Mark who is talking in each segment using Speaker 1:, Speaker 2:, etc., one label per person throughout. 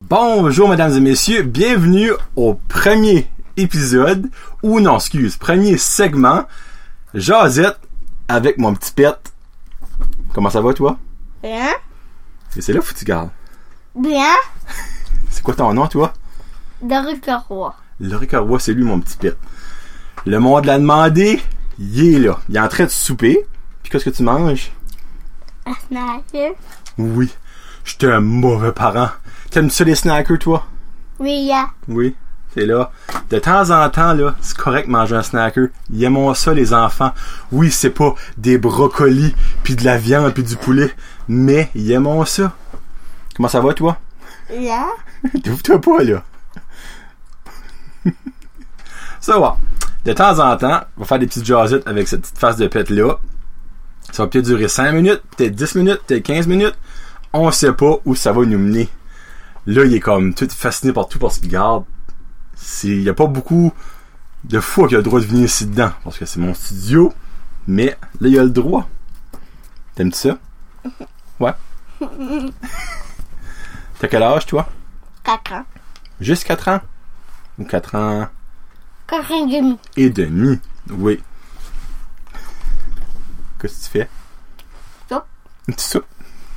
Speaker 1: Bonjour mesdames et messieurs, bienvenue au premier épisode, ou non, excuse, premier segment, Josette avec mon petit pet. Comment ça va toi?
Speaker 2: Bien,
Speaker 1: Et c'est là faut que tu gardes.
Speaker 2: bien,
Speaker 1: C'est quoi ton nom toi?
Speaker 2: Derek Leroy.
Speaker 1: Loric Roy, c'est lui mon petit pet. Le monde l'a demandé, il est là. Il est en train de souper. Puis qu'est-ce que tu manges?
Speaker 2: Un snacker.
Speaker 1: Oui, j'étais un mauvais parent. T'aimes ça les snackers toi?
Speaker 2: Oui, hein.
Speaker 1: Oui, c'est là. De temps en temps, là, c'est correct de manger un snacker. Ils aiment ça, les enfants. Oui, c'est pas des brocolis, puis de la viande, puis du poulet, mais ils aiment ça. Comment ça va, toi?
Speaker 2: Bien.
Speaker 1: T'ouvre-toi pas, là. ça va. De temps en temps, on va faire des petites jasettes avec cette petite face de pète-là. Ça va peut-être durer 5 minutes, peut-être 10 minutes, peut-être 15 minutes. On sait pas où ça va nous mener. Là, il est comme tout fasciné par tout parce qu'il garde. C'est- Il n'y a pas beaucoup de fois qu'il a le droit de venir ici dedans parce que c'est mon studio. Mais là, il a le droit. T'aimes-tu ça? Ouais. T'as quel âge, toi?
Speaker 2: Caca.
Speaker 1: Juste 4 ans? Ou 4 ans
Speaker 2: Caca et demi.
Speaker 1: et demi? Oui. Qu'est-ce que tu fais?
Speaker 2: Soupe.
Speaker 1: Tu soupes?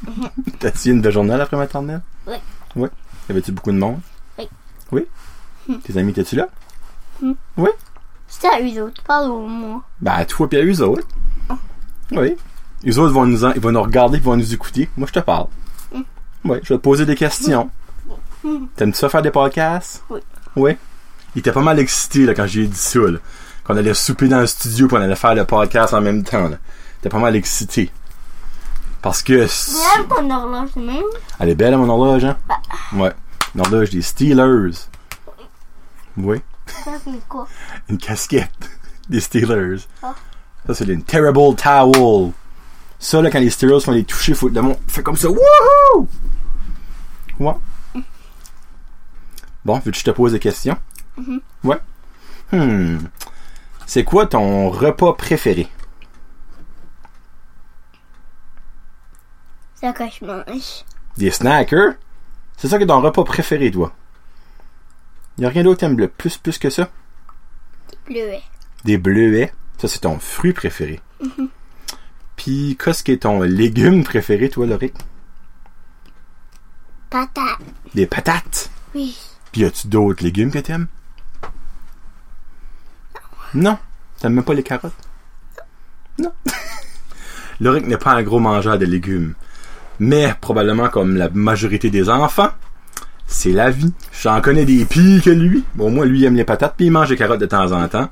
Speaker 1: T'as-tu eu une belle journée après maternelle?
Speaker 2: Oui.
Speaker 1: Oui? Y'avait-tu beaucoup de monde?
Speaker 2: Oui.
Speaker 1: Oui? Tes amis, t'es-tu là?
Speaker 2: C'est à eux autres, pas au moi.
Speaker 1: Ben, à toi pis à eux autres. Oui. Eux autres vont nous, en- ils vont nous regarder, ils vont nous écouter. Moi, je te parle. Oui, je vais te poser des questions. T'aimes-tu ça faire des podcasts?
Speaker 2: Oui.
Speaker 1: Oui. Il était pas mal excité là, quand j'ai dit ça. là. Qu'on allait souper dans le studio qu'on allait faire le podcast en même temps. là. Il était pas mal excité. Parce que. s-
Speaker 2: J'aime ton horloge même.
Speaker 1: Elle est belle, mon horloge, hein? Ouais. Une horloge des Steelers. Oui.
Speaker 2: Ça, c'est quoi?
Speaker 1: Une casquette des Steelers.
Speaker 2: Ah.
Speaker 1: Ça, c'est une terrible towel. Ça, là, quand les Steelers font les touchés, faut que le monde fait comme ça. Wouhou! Ouais. Bon, veux-tu que je te pose des questions? Ouais. Hmm. C'est quoi ton repas préféré?
Speaker 2: Ça que je mange.
Speaker 1: Des snackers? C'est ça que ton repas préféré, toi? Y a rien d'autre que t'aimes le plus, plus que ça?
Speaker 2: Bleuet.
Speaker 1: Des bleuets. Ça, c'est ton fruit préféré. Puis, qu'est-ce qui est ton légume préféré, toi, Loric?
Speaker 2: Patate.
Speaker 1: Des patates.
Speaker 2: Oui.
Speaker 1: Puis, y a-tu d'autres légumes que t'aimes? Non. T'aimes même pas les carottes? Non. Loric n'est pas un gros mangeur de légumes. Mais, probablement comme la majorité des enfants, c'est la vie. J'en connais des pires que lui. Bon, moi, lui, il aime les patates, puis il mange des carottes de temps en temps.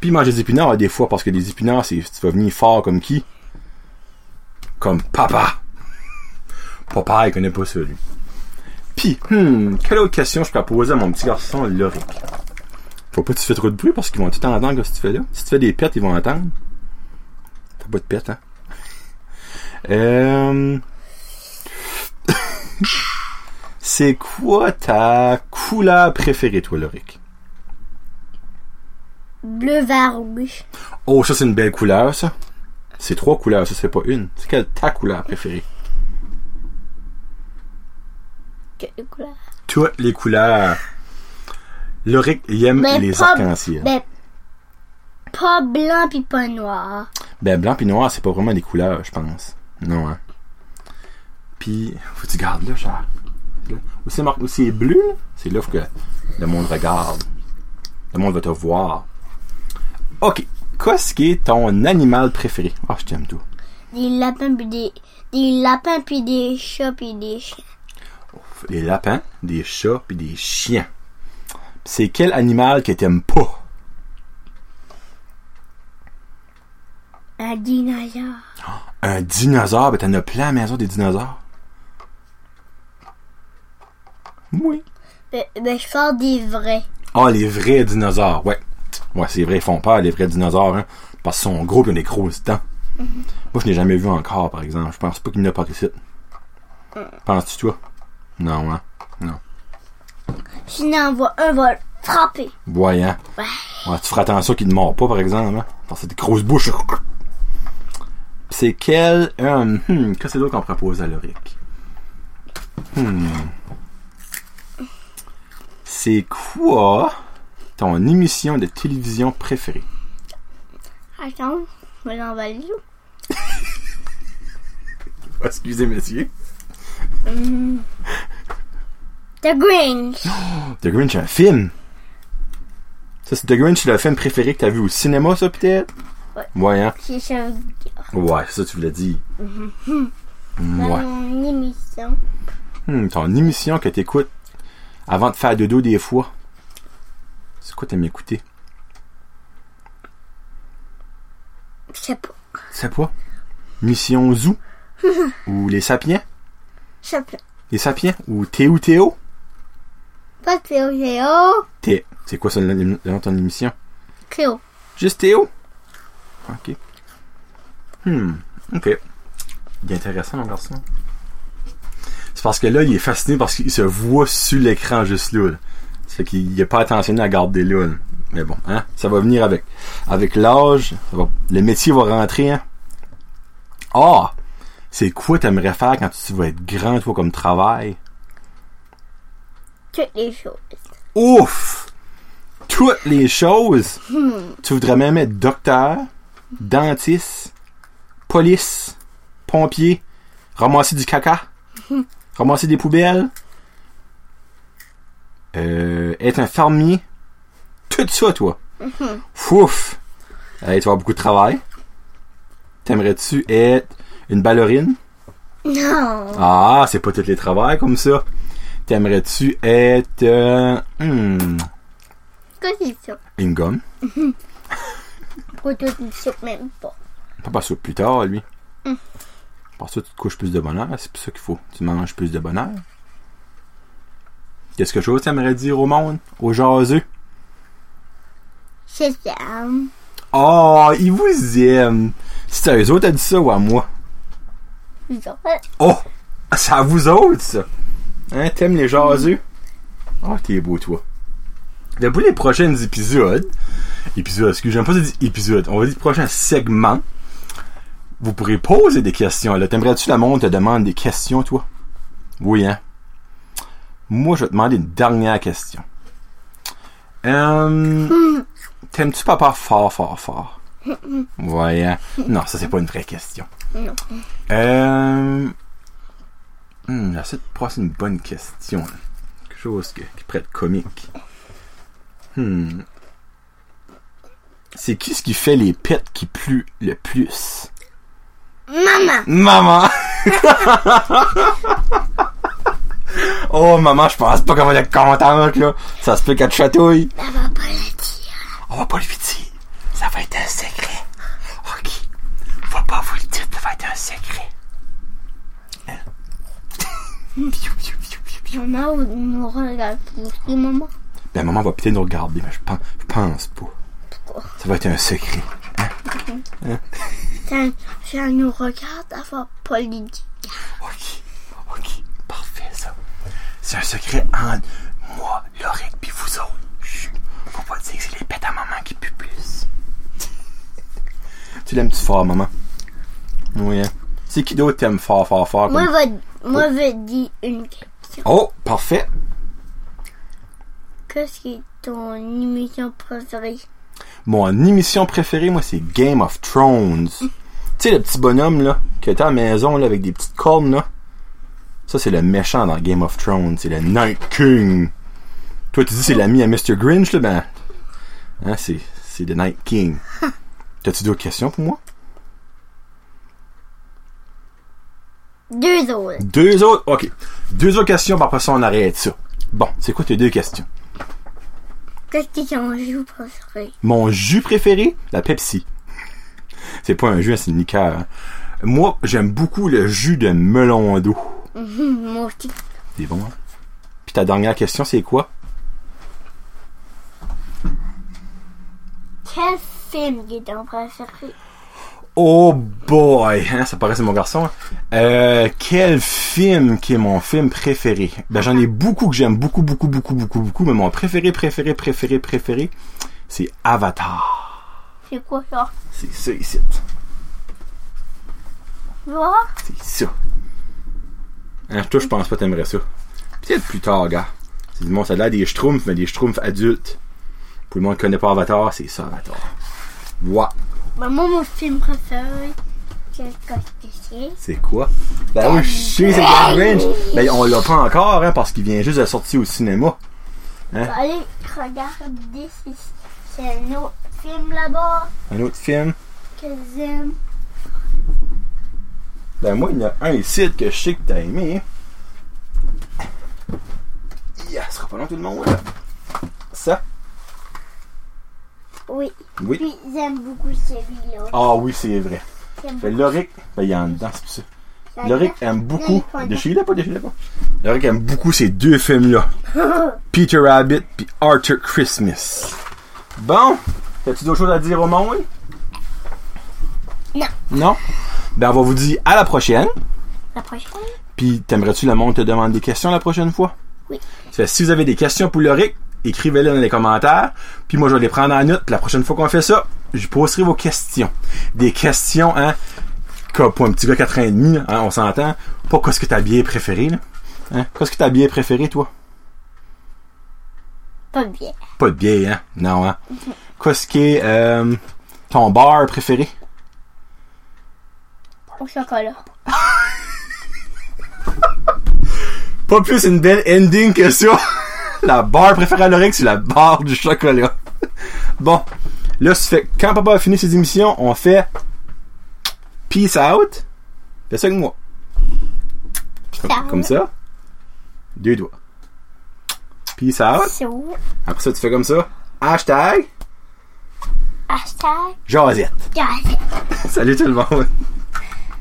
Speaker 1: Puis il mange des épinards des fois, parce que les épinards, c'est, tu vas venir fort comme qui? Comme papa. Papa, il connaît pas ça, lui. Puis, hmm, quelle autre question je peux poser à mon petit garçon, Loric? Faut pas que tu fais trop de bruit, parce qu'ils vont tout entendre ce que tu fais là. Si tu fais des pets, ils vont entendre. T'as pas de pets, hein? Euh... C'est quoi ta couleur préférée, toi, Loric?
Speaker 2: Bleu, vert, rouge.
Speaker 1: Oh, ça, c'est une belle couleur, ça. C'est trois couleurs, ça, c'est pas une. C'est quelle ta couleur préférée?
Speaker 2: Quelle couleur?
Speaker 1: Toutes les couleurs. Loric, il aime
Speaker 2: Mais
Speaker 1: les
Speaker 2: pas-
Speaker 1: arcs-en-ciel. Ben,
Speaker 2: Ben, pas blanc pis pas noir.
Speaker 1: Ben, blanc puis noir, c'est pas vraiment des couleurs, je pense. Non, hein. Puis, faut que tu gardes là, cher. Là. Où c'est marqué, où c'est bleu, là, c'est là faut que le monde regarde. Le monde va te voir. Ok. Qu'est-ce qui est ton animal préféré? Ah, je t'aime tout.
Speaker 2: Des lapins pis des... Des lapins pis des chats pis des chiens.
Speaker 1: des lapins, des chats puis des chiens. C'est quel animal que t'aimes pas?
Speaker 2: Un dinosaure.
Speaker 1: Un dinosaure, ben t'en as plein à la maison des dinosaures. Oui.
Speaker 2: Ben, ben, je parle des vrais.
Speaker 1: Ah, les vrais dinosaures, ouais. Ouais, c'est vrai, ils font peur, les vrais dinosaures, hein. Parce qu'ils sont gros pis ils ont des grosses dents. Moi, je n'ai jamais vu encore, par exemple. Je pense pas qu'il n'y en a pas ici. Penses-tu, toi? Non, hein?
Speaker 2: Sinon, on va, un va le frapper.
Speaker 1: Voyant. Ouais, tu feras attention qu'il ne mord pas, par exemple. Hein? Parce que c'est des grosses bouches. C'est quel... hum, hum, Qu'est-ce que c'est d'autre qu'on propose à Loric? Hmm. c'est quoi ton émission de télévision préférée?
Speaker 2: Attends, je vais l'emballer.
Speaker 1: Excusez, monsieur.
Speaker 2: Hum. The Grinch.
Speaker 1: The Grinch, un film. Ça, c'est The Grinch, le film préféré que t'as vu au cinéma, ça, peut-être?
Speaker 2: Ouais.
Speaker 1: Ouais, hein?
Speaker 2: C'est ça.
Speaker 1: Ouais, ça, tu l'as dit.
Speaker 2: Dans
Speaker 1: Ouais.
Speaker 2: mon émission.
Speaker 1: Hmm, ton émission que t'écoutes avant de faire dodo des fois. C'est quoi t'aimes écouter?
Speaker 2: Je sais pas.
Speaker 1: C'est quoi? Mission Zoo? ou Les Sapiens?
Speaker 2: Je sais pas.
Speaker 1: Les Sapiens? Ou Théo Théo?
Speaker 2: Pas Théo, Théo.
Speaker 1: Thé. C'est quoi ça, le nom le nom de ton émission?
Speaker 2: Cléo.
Speaker 1: Juste Théo? Ok. Hmm. Ok. Il est intéressant, mon garçon. C'est parce que là, il est fasciné parce qu'il se voit sur l'écran juste là. là. C'est qu'il n'est pas attentionné à garder là. là. Mais bon, hein, ça va venir avec. Avec l'âge, ça va- le métier va rentrer. Hein. Ah! C'est quoi t'aimerais faire quand tu vas être grand, toi, comme travail?
Speaker 2: Toutes les choses.
Speaker 1: Ouf! Toutes les choses! Tu voudrais même être docteur, dentiste, police, pompier, ramasser du caca, ramasser des poubelles, euh, être un fermier. Tout ça, toi! Ouf! Hey, tu vas avoir beaucoup de travail. T'aimerais-tu être une ballerine?
Speaker 2: Non.
Speaker 1: Ah, c'est pas tous les travails comme ça. T'aimerais-tu être... euh, hmm,
Speaker 2: Qu'est-ce que c'est ça?
Speaker 1: une gomme.
Speaker 2: Pourquoi toi, tu ne sais même pas?
Speaker 1: Pas parce que plus tard, lui. Parce que tu te couches plus de bonheur, c'est pour ça qu'il faut. Tu manges plus de bonheur. Qu'est-ce que chose t'aimerais dire au monde, aux jaseux?
Speaker 2: C'est ça.
Speaker 1: Oh, ils vous aiment! C'est à eux autres, t'as dit ça ou à moi?
Speaker 2: Ils ont fait.
Speaker 1: Oh! C'est à vous autres, ça! Hein, t'aimes les jaseux? Ah, t'es beau, toi. Depuis les prochains épisodes, épisodes, excusez, j'aime pas ça dire épisode, on va dire prochain segment, vous pourrez poser des questions. Là, t'aimerais-tu la monde te demande des questions, toi? Oui, hein? Moi, je vais te demander une dernière question. Euh, T'aimes-tu papa fort, fort, fort? Voyons. Non, ça, c'est pas une vraie question.
Speaker 2: Non.
Speaker 1: Euh... hmm, j'essaie de passer une bonne question. là. Quelque chose que- qui pourrait être comique. Hmm. C'est qui ce qui fait les pets qui pluent le plus?
Speaker 2: Maman.
Speaker 1: Maman! oh, maman, je pense pas qu'on va être contente, là. Ça se peut qu'elle te chatouille.
Speaker 2: Ça va pas le dire.
Speaker 1: On va pas le dire. Ça va être un secret. Ok. On va pas vous le dire, ça va être un secret. Hein? Piou, piou, piou, piou, piou.
Speaker 2: Maman, vous nous regarde aussi, maman.
Speaker 1: Ben, maman va peut-être nous regarder, mais je pense, je pense pas. Ça va être un secret.
Speaker 2: Ça, ça nous regarde avant pas le dire.
Speaker 1: Ok, ok, parfait ça. C'est un secret entre moi, Lorette, puis vous autres. Chut, faut pas dire que c'est les pets à maman qui puent plus. tu l'aimes-tu fort, maman? Oui, hein. C'est qui d'autre t'aime fort, fort, fort?
Speaker 2: Moi,
Speaker 1: comme-
Speaker 2: va, moi, je dis une question.
Speaker 1: Oh, parfait.
Speaker 2: Qu'est-ce qui est ton émission préférée?
Speaker 1: Mon émission préférée, moi, c'est Game of Thrones. tu sais, le petit bonhomme, là, qui était à la maison, là, avec des petites cornes, là. Ça, c'est le méchant dans Game of Thrones. C'est le Night King. Toi, tu dis c'est l'ami à Mr. Grinch, là, ben. Hein, c'est, c'est le Night King. T'as-tu d'autres questions pour moi?
Speaker 2: Deux autres.
Speaker 1: Deux autres, ok. Deux autres questions, par après ça, on arrête ça. Bon, c'est quoi tes deux questions?
Speaker 2: Qu'est-ce qui est ton jeu préféré?
Speaker 1: Mon jus préféré, la Pepsi. C'est pas un jus, c'est une liqueur. hein. Moi, j'aime beaucoup le jus de melon d'eau.
Speaker 2: Hum, Moi aussi.
Speaker 1: C'est bon, hein? Puis ta dernière question, c'est quoi?
Speaker 2: Quel film qui est ton préféré?
Speaker 1: Oh boy! Hein, ça paraît, c'est mon garçon. hein. Euh, quel film qui est mon film préféré? Ben, j'en ai beaucoup que j'aime beaucoup, beaucoup, beaucoup, beaucoup, beaucoup, mais mon préféré, préféré, préféré, préféré, c'est Avatar.
Speaker 2: C'est quoi ça?
Speaker 1: C'est ça ici.
Speaker 2: Voir?
Speaker 1: C'est ça. Hein, toi, je pense pas que t'aimerais ça. Peut-être plus tard, gars. C'est du monde, ça a l'air des schtroumpfs, mais des schtroumpfs adultes. Pour le monde qui connaît pas Avatar, c'est ça, Avatar. Ouah,
Speaker 2: Bah, moi, mon film préféré, c'est Qu'est-ce que c'est
Speaker 1: c'est quoi? Ben oui, je sais, c'est Grinch! Ben on l'a pas encore, hein, parce qu'il vient juste de sortir au cinéma.
Speaker 2: Allez, regardez si c'est un autre film là-bas
Speaker 1: Un autre film.
Speaker 2: que j'aime.
Speaker 1: Ben moi, il y en a un ici que je sais que t'as aimé. Yeah, ce sera pas long tout le monde, là. Ça?
Speaker 2: Oui,
Speaker 1: Oui.
Speaker 2: puis j'aime beaucoup celui-là.
Speaker 1: Ah oui, c'est vrai.
Speaker 2: J'aime
Speaker 1: Fait Loric, ben il y en a dedans, c'est pour ça.
Speaker 2: beaucoup.
Speaker 1: Loric aime
Speaker 2: Non,
Speaker 1: beaucoup.
Speaker 2: il faut le-
Speaker 1: Déchire-le pas, déchire-le pas. Loric aime beaucoup ces deux films-là. Peter Rabbit puis Arthur Christmas. Bon, as-tu d'autres choses à dire au monde?
Speaker 2: Non.
Speaker 1: Non? Ben on va vous dire à la prochaine.
Speaker 2: La prochaine
Speaker 1: Puis t'aimerais-tu le monde te demande des questions la prochaine fois?
Speaker 2: Oui.
Speaker 1: Ça fait, si vous avez des questions pour Loric, écrivez-les dans les commentaires. Puis moi, je vais les prendre en note. La prochaine fois qu'on fait ça, je poserai vos questions. Des questions, hein, comme pour un petit gars 4 ans et demi, là, hein, on s'entend. Pas qu'est-ce que t'as bien préféré, là. Hein? Qu'est-ce que t'as bien préféré, toi?
Speaker 2: Pas bien.
Speaker 1: Pas de biais, hein? Non, hein? Qu'est-ce qui est euh, ton bar préféré?
Speaker 2: Au chocolat.
Speaker 1: Pas plus une belle ending que ça. la barre préférée à l'oreille, c'est la barre du chocolat. bon, là, ça fait quand papa a fini ses émissions, on fait peace out. Fais ça avec moi. Comme,
Speaker 2: out.
Speaker 1: comme ça. Deux doigts. Peace out.
Speaker 2: Sous.
Speaker 1: Après ça, tu fais comme ça. Hashtag
Speaker 2: Hashtag.
Speaker 1: Josette.
Speaker 2: Gazette.
Speaker 1: Salut tout le monde.